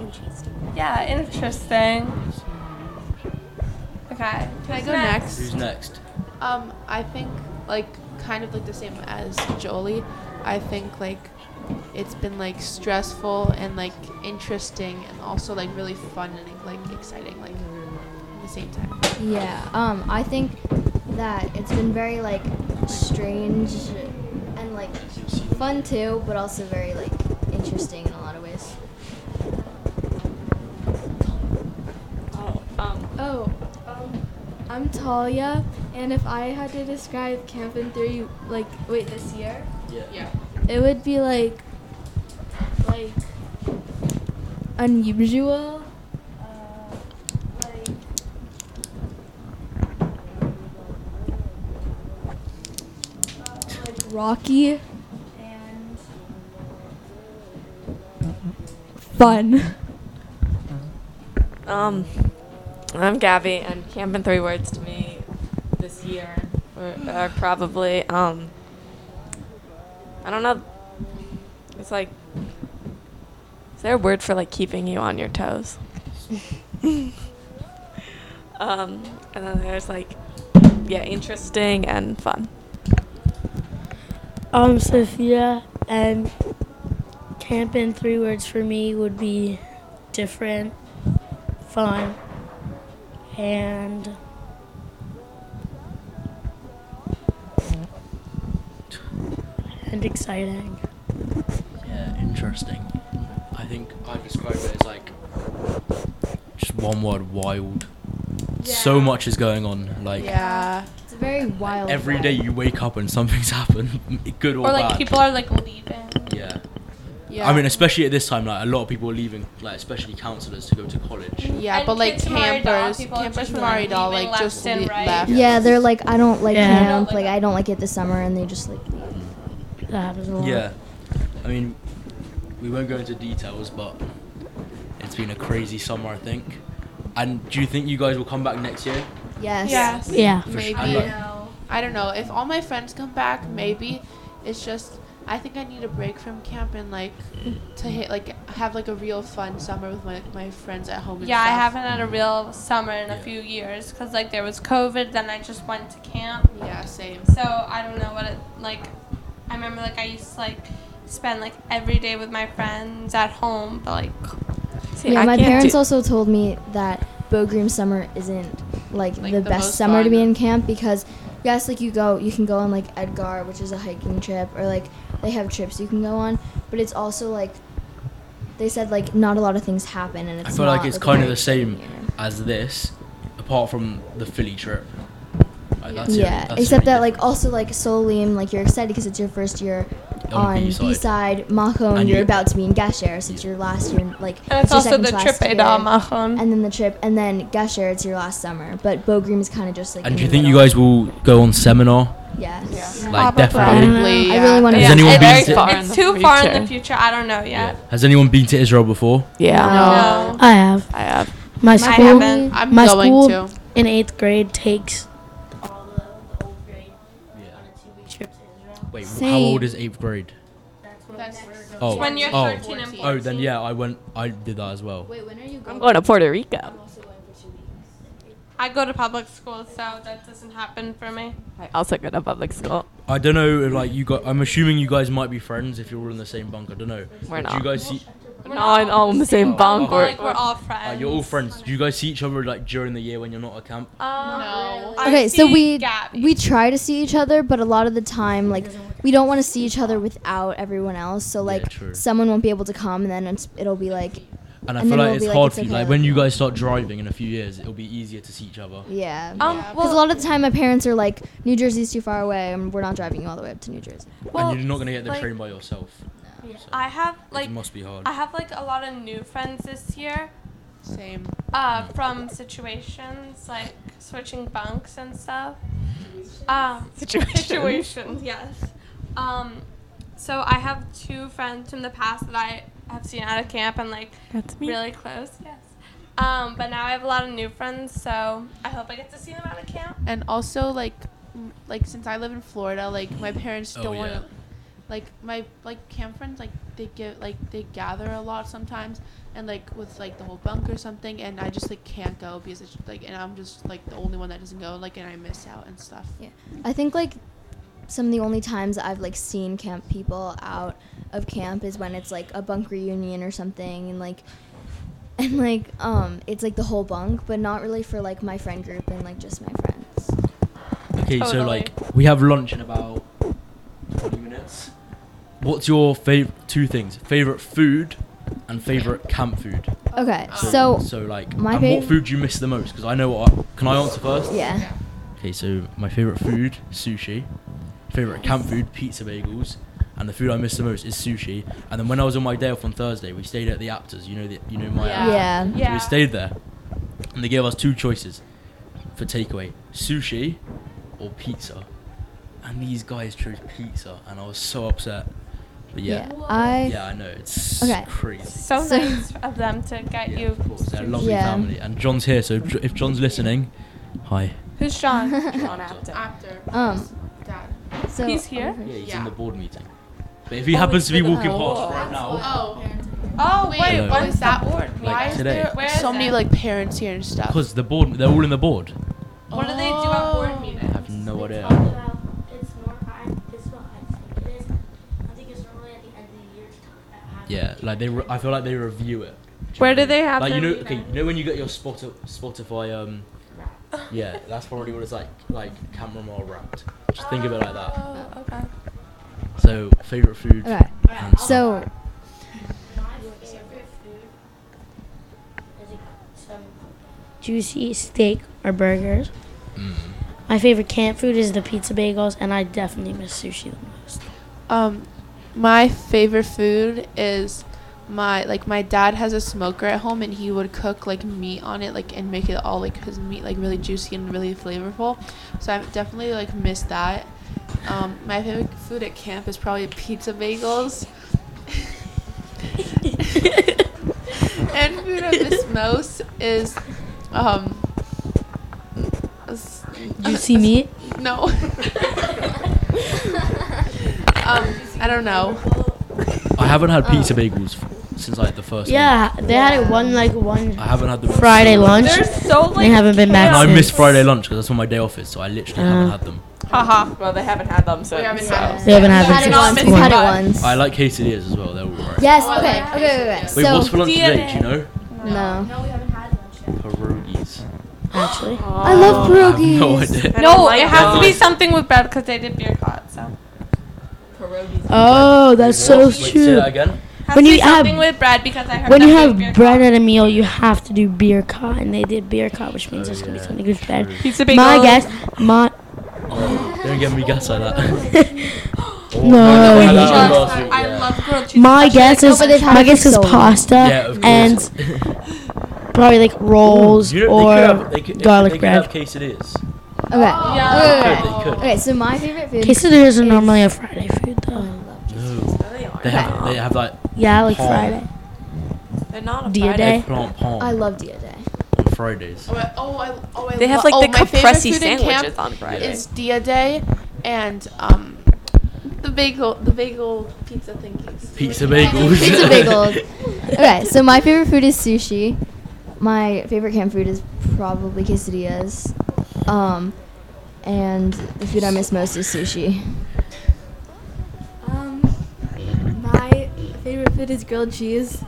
G: interesting. Yeah, interesting. Okay.
D: Can I
G: who's
D: go next?
B: Who's next?
D: Um, I think like kind of like the same as Jolie. I think like it's been like stressful and like interesting and also like really fun and like exciting like at the same time.
E: Yeah, um, I think that it's been very like strange and like fun too, but also very like interesting in a lot of ways.
F: Oh, um, I'm Talia, and if I had to describe camp in theory, like, wait, this year?
B: Yeah.
J: Yeah.
F: It would be like, like, unusual. uh, like, uh, like Rocky and fun.
H: Um, I'm Gabby, and camp in three words to me this year were- are probably um. I don't know. It's like, is there a word for like keeping you on your toes? um, and then there's like, yeah, interesting and fun.
C: Um, Sophia and camp in three words for me would be different, fun, and and exciting.
B: Yeah, interesting. I think I describe it as like just one word wild. So much is going on. Like
D: Yeah.
E: It's very wild.
B: every day you wake up and something's happened, good or,
G: Or like
B: bad.
G: people are like leaving.
B: yeah.
D: Yeah.
B: I mean, especially at this time, like a lot of people are leaving, like especially counselors to go to college.
D: Yeah,
G: And
D: but like
G: kids from Maridol,
D: campers,
G: people are
D: campers
G: just,
D: from
G: like,
D: Maridol,
G: leaving
D: like just
G: left and
D: le-
G: right.
D: left.
E: Yeah, they're like I don't like
C: Yeah.
E: camp, like I don't like it this summer, and they just like leave.
C: That happens a lot.
B: Yeah. I mean, we won't go into details, but it's been a crazy summer, I think. And do you think you guys will come back next year?
E: Yes.
D: Yes.
C: Yeah.
B: For
D: Maybe.
B: sure. I'm like-
D: I don't know. If all my friends come back, maybe. It's just I think I need a break from camp and like to hit like have like a real fun summer with my, my friends at home. And
G: Yeah, I
D: stuff.
G: haven't had a real summer in a
B: Yeah.
G: few years because like there was COVID. Then I just went to camp.
D: Yeah, same.
G: So I don't know what it like. I remember like I used to like spend like every day with my friends at home, but like
H: See,
E: Yeah,
H: I
E: my
H: can't
E: parents
H: do-
E: also told me that Bogrim summer isn't like,
D: Like,
E: the,
D: the most
E: best summer to be
D: fun.
E: in camp because yes, like you go, you can go on like Edgar, which is a hiking trip, or like they have trips you can go on, but it's also like they said like not a lot of things happen, and it's.
B: I feel
E: not,
B: like it's
E: a
B: kind of
E: very-
B: the same as this, apart from the Philly trip. Like, that's the only-
E: Yeah,
B: that's the
E: except
B: only
E: that like
B: difference.
E: also like Solim, like you're excited because it's your first year
B: On
E: on
B: B-side.
E: B side, Machon,
B: And
E: you're
B: you-
E: about to be in Gasher, so it's your last year, like
G: and it's
E: your
G: also
E: second
G: the
E: class
G: trip
E: year.
G: Adamachon.
E: and then the trip, and then Gesher, it's your last summer. But Bogrim is kind of just like.
B: And
E: in
B: do you
E: the
B: think you
E: middle.
B: guys will go on seminar?
E: Yes.
B: Like,
G: Probably.
B: definitely.
D: Probably,
E: I
D: yeah.
E: really want
B: Has
E: to.
B: anyone
G: it's,
B: been
G: very
B: to-
G: far in the too far in the future. I don't know yet.
B: Has anyone been to Israel before?
H: Yeah,
B: Oh.
G: No.
C: I have
H: I have.
C: my
G: I
C: school.
G: haven't.
D: I'm
C: my
D: going
C: school
D: to.
C: in eighth grade takes
I: all the, the old grade
B: Yeah.
I: on a two-week trip to Israel.
B: Wait, how
F: Same.
B: old is eighth grade?
I: That's when
D: That's-
I: we're
B: Oh,
G: When you're
B: oh.
G: 13 and 14.
B: Oh, then yeah, I went. I did that as well.
E: Wait, when are you
H: I'm going to Puerto Rico.
I: I'm also going for two weeks.
G: I go to public school, so that doesn't happen for me.
H: I also go to public school.
B: I don't know. If, like you got. I'm assuming you guys might be friends if you're all in the same bunk. I don't know.
H: We're
B: Do
H: not.
B: you guys see?
H: We're not in all in the same bunk.
B: We're-
G: like we're all friends.
B: Uh, you're all friends. Do you guys see each other like during the year when you're not at camp?
G: Um,
D: No.
G: I
E: Okay, so
G: see
E: we
G: Gabby.
E: we try to see each other, but a lot of the time, like we don't want to see each other without everyone else. So like
B: true.
E: someone won't be able to come, and then it's, it'll be like
B: And I
E: And
B: feel
E: then
B: like
E: we'll
B: it's
E: be like,
B: hard
E: it's
B: for you.
E: okay,
B: Like
E: like-
B: when you guys start driving in a few years, it'll be easier to see each other.
E: yeah.
G: Um,
E: because
G: well,
E: a lot of the time, my parents are like, New Jersey's too far away, and we're not driving you all the way up to New Jersey.
G: well,
B: and you're not gonna get the
G: like-
B: train by yourself. So
G: I have like
B: it must be hard.
G: I have like a lot of new friends this year.
D: Same.
G: Uh, from situations like switching bunks and stuff. Um,
H: Situations.
G: situations, yes. Um, so I have two friends from the past that I have seen out of camp and like
H: That's me.
G: really close. Yes. Um, but now I have a lot of new friends, so I hope I get to see them out of camp.
D: And also like m- like since I live in Florida, like my parents
B: Oh,
D: don't want
B: yeah.
D: to. Like my like camp friends, like they get like they gather a lot sometimes, and like with like the whole bunk or something, and I just like can't go because it's like and I'm just like the only one that doesn't go, like and I miss out and stuff.
E: Yeah. I think like some of the only times I've like seen camp people out of camp is when it's like a bunk reunion or something and like and like um it's like the whole bunk but not really for like my friend group and like just my friends.
B: Okay, so
E: Totally.
B: like we have lunch in about 20 minutes. What's your favorite two things? Favorite food and favorite camp food.
E: Okay, Um, so
B: so like
E: my
B: and what
E: fav-
B: food do you miss the most? Because I know what. I, can I answer first?
E: Yeah. Yeah.
B: Okay, so my favorite food sushi. Favorite camp food pizza bagels. And the food I miss the most is sushi. And then when I was on my day off on Thursday, we stayed at the Aptors. You know the you know my
E: Yeah. Yeah.
B: So
E: Yeah.
B: we stayed there, and they gave us two choices for takeaway: sushi or pizza. And these guys chose pizza, and I was so upset. But yeah,
E: Yeah, I-
B: yeah, I know it's
E: Okay.
B: crazy.
G: So, nice of them to get you.
B: They're a lovely
E: Yeah.
B: family. And John's here, so if if John's listening, hi.
G: Who's Sean?
E: John
G: Apter.
E: Um so
G: He's here.
B: Yeah, he's in the board meeting. But if he happens to be walking past right now,
D: Oh.
G: Oh wait,
B: Hello.
G: what is that
D: word?
G: word? Why is
B: today.
G: there? Where is
D: so many
G: it?
D: like parents here and stuff.
B: because the board, they're all in the board.
G: What do they do at board
B: I
G: meetings?
B: have no idea.
I: Talk about it's more I it's what I think it is. I think it's normally at the end of the year to talk about how
B: Yeah, like they, re- I feel like they review it. you
G: Where
B: know
G: do
B: what I
G: they
B: mean?
G: have
B: Like you
G: their
B: know, okay, you know when you get your Spotify, Spotify, um, yeah, that's probably what it's like, like camera more wrapped. Just think of it like that.
G: Oh, okay.
B: So favorite food.
E: Okay.
B: and-
E: So
I: my favorite food is like some
C: Juicy steak or burgers.
B: Mm-hmm.
C: My favorite camp food is the pizza bagels, and I definitely miss sushi the most.
D: Um, my favorite food is my like my dad has a smoker at home and he would cook like meat on it like and make it all like his meat like really juicy and really flavorful. So I definitely like miss that. Um, my favorite food at camp is probably pizza bagels. and food I miss most is um s-
C: Juicy meat?
D: No. um, I don't know.
B: I haven't had pizza bagels f- since like the first.
C: Yeah,
B: one.
C: they had it one like one
B: I haven't had them.
C: Friday lunch.
G: They're so,
C: they
G: like,
C: haven't been back
B: And I
C: since.
B: missed Friday lunch because that's when my day off is, so I literally haven't had them.
G: Haha.
H: Well, they haven't had them, so.
D: We haven't
H: so.
D: had
C: They haven't had
E: had it
C: them
E: once,
C: since
E: we've had it
C: one.
E: once.
B: I like quesadillas as well. They're alright.
E: Yes,
D: Oh, I
E: okay,
D: like
E: okay, okay, okay.
B: Wait,
E: so
B: what's for lunch today? Do you know?
E: no.
I: No, we haven't had lunch yet.
B: Pierogies.
C: Actually,
E: I love pierogies.
B: No idea.
G: No,
H: like
G: it has to be
B: those.
G: something with bread because they did beer hot. So
C: Oh, that's so
B: Wait, Say
C: true.
B: that again.
G: has
C: When
G: to
C: you
G: be
C: have-
G: something with bread because I heard
C: When
G: that
C: you
G: they
C: have
G: did beer
C: bread
G: cot.
C: at a meal, you have to do beer cot, and they did beer cot, which means
B: Oh,
C: it's gonna
B: yeah.
C: be something with bread.
G: Pizza
C: My
G: bagels.
C: guess, my
B: Oh, don't give me gas like that. Oh,
C: No.
B: I had that
E: Just-
B: last week,
G: I
B: yeah.
G: love grilled cheese.
C: my guess is
E: but they've had
C: my
E: it for
C: guess is
E: so long.
C: pasta
B: Yeah, of course.
C: and probably like rolls
B: You know,
C: or
B: they could have, they could, if
C: garlic
B: they
C: bread.
B: Could have quesadillas.
E: Okay. Okay, okay, okay.
B: They could.
E: Okay, so my favorite food
C: Quesadillas are normally a Friday food
E: Oh,
C: though.
E: I love cheese.
B: No, they have. They have like
C: Yeah, I like
B: Palm.
C: Friday.
H: They're not a
C: Do you
H: Friday.
C: dare?
B: eggplant palm
E: Eh. I love Dia Day.
B: on Fridays.
D: Oh, I, oh, I, oh, I
H: They have
D: lo-
H: like
D: oh,
H: the
D: my favorite
H: capressi
D: food in
H: sandwiches
D: camp
H: on Friday.
D: is Dia Day and um the bagel the bagel pizza thingies.
B: Pizza bagels.
E: Pizza bagels. Okay, so my favorite food is sushi. My favorite camp food is probably quesadillas. Um, and the food I miss most is sushi.
F: Um, my favorite food is grilled cheese.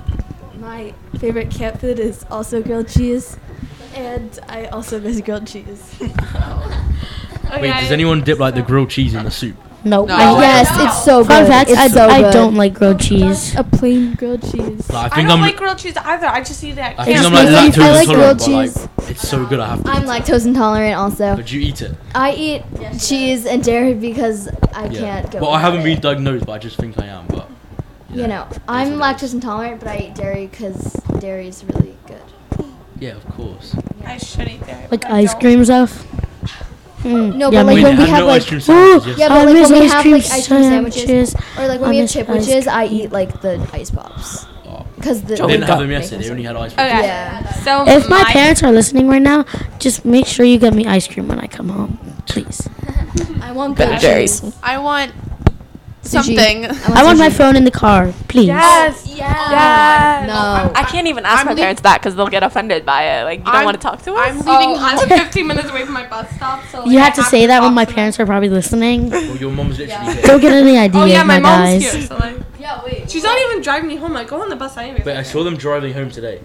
F: My favorite camp food is also grilled cheese, and I also miss grilled cheese.
B: Wait, does anyone dip like the grilled cheese in the soup?
C: Nope.
D: No.
B: Oh,
C: I-
E: yes, it's so good.
C: Fun fact:
E: it's
C: I,
E: so
C: I
E: good.
C: don't like grilled cheese.
F: A plain grilled cheese.
B: Like,
G: I don't like grilled cheese either. I just eat it. at
B: I think
G: camp.
B: I'm like
E: I
B: lactose
E: like
B: intolerant,
E: grilled
B: but
E: cheese.
B: like it's so good I have to.
E: I'm
B: eat it.
E: lactose intolerant also.
B: But you eat it.
E: I eat cheese and dairy because I can't go.
B: Well, I
E: without
B: haven't
E: it.
B: been diagnosed, but I just think I am. But
E: You know, I'm
B: what it
E: lactose intolerant, but I eat dairy because dairy is really good.
B: yeah, of course.
G: I should eat there.
C: Like
G: but I
C: ice
G: don't.
C: cream stuff. Mm,
E: No, but
C: yummy.
E: like
B: Wait,
E: when we
B: and
E: have
B: no
E: like
B: ice cream
C: Ooh,
B: sandwiches.
E: Yeah,
B: yes.
E: but
C: I
E: like
C: miss
E: when we
C: ice
E: have
C: cream
E: like ice cream sandwiches,
C: sandwiches.
E: or like
C: I
E: when we have
C: miss
E: chip
C: ice
E: witches, I eat like the ice pops
B: Oh.
E: because the
B: They didn't have them
E: don't make
B: yesterday. They
E: them.
B: only had ice cream.
G: Okay.
E: Yeah.
G: So
C: If my parents are listening right now, just make sure you get me ice cream when I come home, please.
F: I want
H: Ben
F: good
H: and Jerry's.
F: cheese.
D: I want
E: Sushi.
D: something.
C: I want my phone in the car, please.
H: Yes.
E: Yeah. No.
H: I can't even ask
D: I'm
H: my
D: lea-
H: parents that because they'll get offended by it. Like, you
D: I'm-
H: don't want to talk to us.
D: I'm leaving.
G: Oh, I'm
D: lunch-
G: 15 minutes away from my bus stop, so like,
C: You
G: I
C: had to say that when
G: talk
C: my
G: to them.
C: parents are probably listening.
B: Well, your mom's literally here.
C: Don't get any ideas,
G: Oh yeah, my, mom's
C: guys.
G: here. So like,
F: Yeah, wait.
G: she's not even driving me home. I go on the bus anyway.
B: Wait, I saw them driving home today.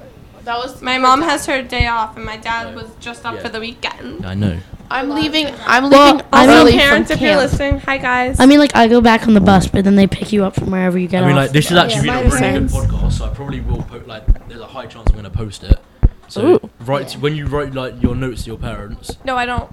D: That was
G: My mom has her day off, and my dad was just up
B: Yeah.
G: for the weekend.
B: I know.
D: I'm leaving. I'm leaving
C: Well, I mean-
G: Also,
D: early
G: parents,
D: from
G: if you're
D: camp.
G: listening, hi guys.
C: I mean, like I go back on the bus, but then they pick you up from wherever you get
B: I mean,
C: off.
B: like, this is actually
F: Yeah,
B: been a
F: my
B: really good
F: friends.
B: podcast, so I probably will post, like, there's a high chance I'm going to post it. So,
H: Ooh.
B: write, when you write, like, your notes to your parents,
G: no, I don't.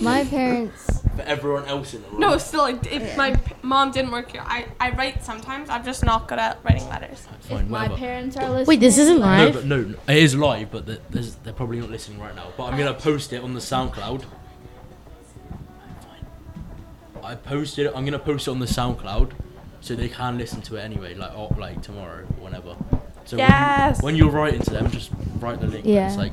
E: My parents.
B: for everyone else in the room.
G: No, still, like, if my p- mom didn't work here, I, I write sometimes. I'm just not good at writing letters.
B: Fine,
K: my
B: whatever.
K: parents are listening.
C: Wait, this isn't
K: like,
B: No,
C: live.
B: but no, no, it is live, but the- there's, they're probably not listening right now. But I'm gonna post it on the SoundCloud. I posted. it- I'm gonna post it on the SoundCloud, so they can listen to it anyway, like or, like tomorrow, or whenever. So when you-
G: Yes.
B: when, you're writing to them, just write the link.
E: Yeah.
B: It's like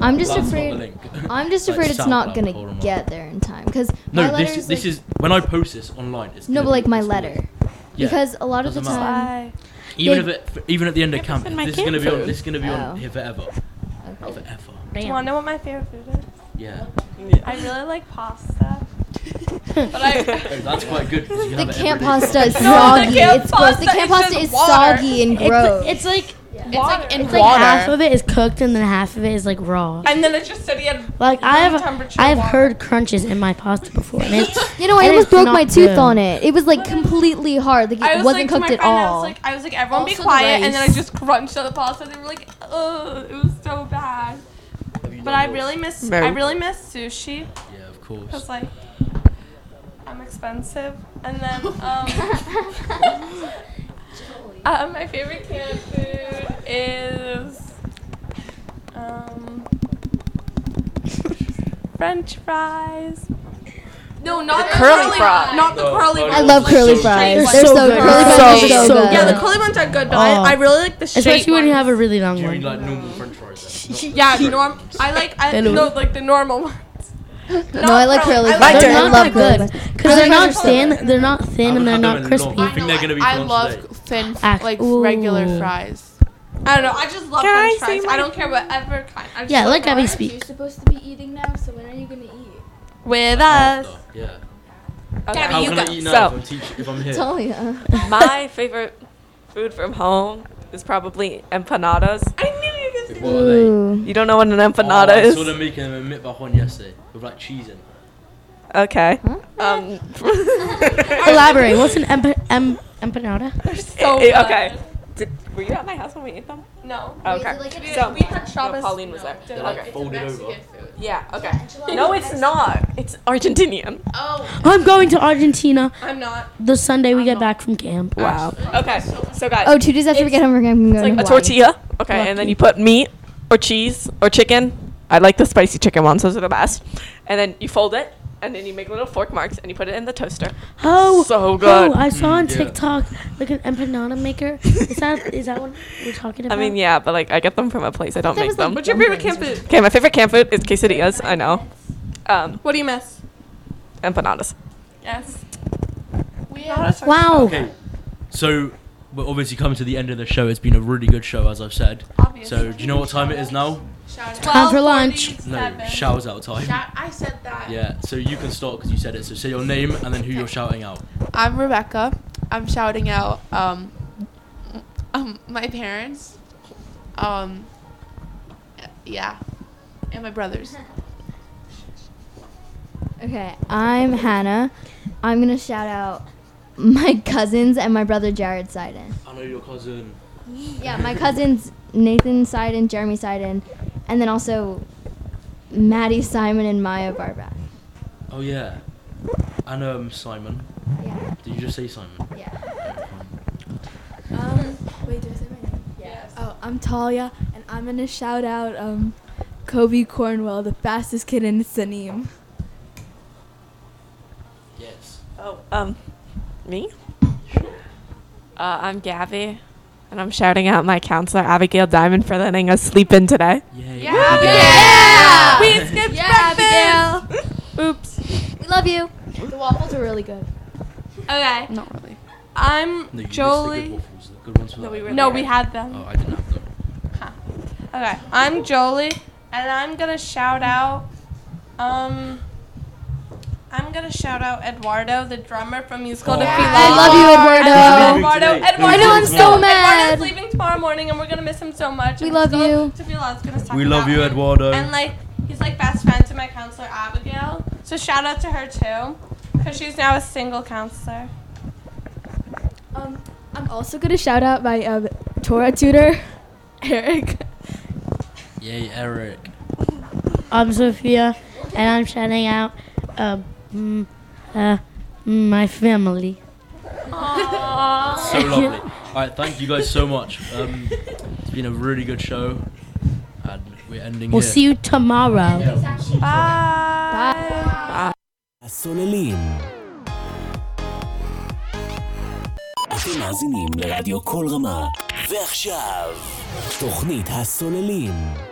E: I'm just
B: well, it's not the
E: afraid.
B: link.
E: I'm just
B: Like
E: afraid it's not
B: SoundCloud, hold
E: gonna
B: on.
E: get there in time because my
B: no,
E: letters.
B: this this
E: like-
B: is when I post this online. It's
E: no,
B: gonna
E: but like
B: be-
E: my
B: it's gonna be-
E: letter
B: Yeah.
E: because a lot of the
B: Doesn't matter.
E: time.
G: Bye.
B: even if
E: they-
B: it even at the end of
H: Never
B: camp,
H: send my
B: this is
H: camp
B: gonna be on.
H: food.
B: This is gonna be
E: Oh.
B: on here forever,
E: Okay.
B: forever.
G: Do you want to know what my favorite food is?
B: Yeah.
G: I really like pasta. but I,
B: Oh, that's quite good. 'cause you can
E: The
B: have it
E: camp
B: every day.
E: pasta is
G: No, the
E: soggy.
G: camp
E: It's gross. The
G: pasta
E: camp
G: is
E: pasta
G: just
E: is
G: water.
E: soggy and gross.
C: It's, it's like
D: It's like in
C: it's like
D: water.
C: half of it is cooked and then half of it is like raw.
G: and then it just said he had
C: Like I
G: room
C: have
G: temperature
C: I have
G: water.
C: heard crunches in my pasta before, and it's
E: You know, I
C: And
E: almost
C: it's
E: broke
C: not
E: my tooth
C: good.
E: on it. It was like completely hard. Like
G: I
E: it
G: was
E: wasn't
G: like, to my
E: cooked at
G: friend, I
E: all.
G: was like, I was like, everyone be
E: Also the
G: quiet, and then I
E: rice.
G: just crunched at the pasta. They were like, oh, it was so bad.
B: Have you
G: But
B: done
G: I
B: yours?
G: really miss,
H: No.
G: I really miss sushi.
B: Yeah, of
G: Cause
B: course.
G: like I'm expensive, and then um, uh, my favorite camp food is um French fries. No, not the
H: curly fries.
G: not the
B: No,
G: curly.
B: curly
G: ones.
E: I love
B: Like
E: curly
B: so
E: fries.
G: good.
E: They're so
C: So
E: good.
C: good.
E: Curly
C: So
E: fries are
C: good.
E: so
C: So
E: good.
G: Yeah, the curly ones are good, but
C: Oh.
G: I, I really like the shape.
C: especially when you have a really
B: Do
C: long
B: you mean
C: one.
B: like normal French fries? then? Not the
G: yeah,
B: straight
G: norm.
B: ones.
G: I like I
C: Hello.
G: no like the normal ones.
E: no, I like curly
G: I
E: fries.
H: turn.
C: They're
E: I
C: not
E: love
C: that
E: curly
C: good
E: fries.
C: because they're not
G: Curly fries.
C: thin. They're not thin and they're
B: Haven't had them in
C: not
B: a long
C: crispy.
B: time. I think they're gonna be
D: I
B: gone
D: love
B: today.
D: thin,
C: Act-
D: like regular
C: Ooh.
D: fries.
G: I don't know. I just love
H: Can I
G: French
H: say
G: fries.
H: my-
G: I don't care whatever kind. I just
C: Yeah,
G: love
C: like Gabby
G: fries.
C: speak.
K: You're supposed to be eating now, so when are you gonna eat?
G: with
B: Like
G: us.
B: pasta, Yeah.
H: Okay.
G: Uh, Gabby,
B: How
G: you
B: can
G: go.
B: I eat now
H: So-
B: if I'm teaching? If I'm here.
E: Tell ya.
H: my favorite food from home is probably empanadas.
G: I knew you were gonna
B: What are they?
H: You don't know what an
B: Oh,
H: empanada
B: I
H: is?
B: saw them making them in mitbahon yesterday with like cheese in.
H: Okay. Um,
C: Elaborate. What's an emp- em- empanada?
G: so
H: eh,
G: good.
H: okay. Did, were you at my house when we ate them?
G: No.
H: Okay.
G: We,
H: So-
G: we had Shabbos.
H: No, Pauline was there.
B: They're
H: Okay.
B: like folded over.
H: Yeah. Okay. No, it's not. It's Argentinian.
C: I'm going to Argentina
G: I'm not.
C: the Sunday we get back from camp.
H: Wow. Okay. So guys,
E: Oh, two days after we get home, we're gonna go to
H: it's like a
E: Hawaii.
H: tortilla. Okay, and then you put meat or cheese or chicken. I like the spicy chicken ones; those are the best. And then you fold it, and then you make little fork marks, and you put it in the toaster.
C: Oh,
H: So
C: Oh,
H: good.
C: I saw on
B: yeah.
C: TikTok like an empanada maker. Is that is that what we're talking
H: I
C: about?
H: mean, yeah, but like I get them from a place. I don't
E: That
H: make
E: was, like,
H: them.
E: What's
G: Your favorite camp food.
H: Okay, my favorite camp food is quesadillas. I know. Um,
G: What do you miss?
H: empanadas.
G: Yes. We
C: Wow.
B: Okay. So we're obviously coming to the end of the show. It's been a really good show, as I've said. So do you know what time it is now?
C: Time for lunch.
B: No, shout out time.
D: I said that.
B: Yeah. So you can start because you said it. So say your name and then who you're shouting out.
D: I'm Rebecca. I'm shouting out um, um my parents, um, yeah, and my brothers.
E: Okay, I'm Hannah. I'm gonna shout out my cousins and my brother Jared Seiden.
B: I know your cousin.
E: Yeah, my cousins Nathan Seiden, Jeremy Seiden, and then also Maddie Simon and Maya Barbat.
B: Oh yeah. And um Simon.
E: Yeah.
B: Did you just say Simon?
E: Yeah.
F: Um, wait, did I say my name? Yes. Oh, I'm Talia, and I'm gonna shout out um, Kobe Cornwell, the fastest kid in Sanim.
B: Yes.
H: Oh, um, me? Uh, I'm Gabby, and I'm shouting out my counselor Abigail Diamond for letting us sleep in today.
B: Yeah.
G: Yeah. We skipped breakfast.
E: We love you. The waffles are really good.
G: Okay.
D: Not really.
G: I'm
B: No, you missed the
G: Jolie.
B: good waffles. The good ones were
G: No,
B: like-
G: we were No, there. we had them.
B: Oh, I didn't have them.
G: Okay, I'm Jolie, and I'm gonna shout out. Um, I'm gonna shout out Eduardo, the drummer from Musical to Feel.
K: I love you, Eduardo.
G: And
K: He's leaving
G: Uh, Eduardo,
K: today.
G: Eduardo,
K: I know, I'm so
G: Eduardo's
K: mad.
G: leaving tomorrow morning, and we're gonna miss him so much.
K: We
G: and
K: love
G: Musical
K: you.
G: To Feel Love's gonna talk
B: We love
G: about
B: you,
G: him.
B: Eduardo.
G: And like, he's like best friend to my counselor Abigail. So shout out to her too, because she's now a single counselor.
F: Um, I'm also gonna shout out my um, Torah tutor, Eric.
B: Yay, Eric.
C: I'm Sophia, and I'm shouting out uh, mm, uh, my family.
B: So lovely. All right, thank you guys so much. Um, it's been a really good show, and we're ending
C: We'll
B: here.
C: see you tomorrow.
H: Uh,
G: Bye.
A: הסוללים. אתם מאזינים לרדיו כל רמה, ועכשיו, תוכנית הסוללים.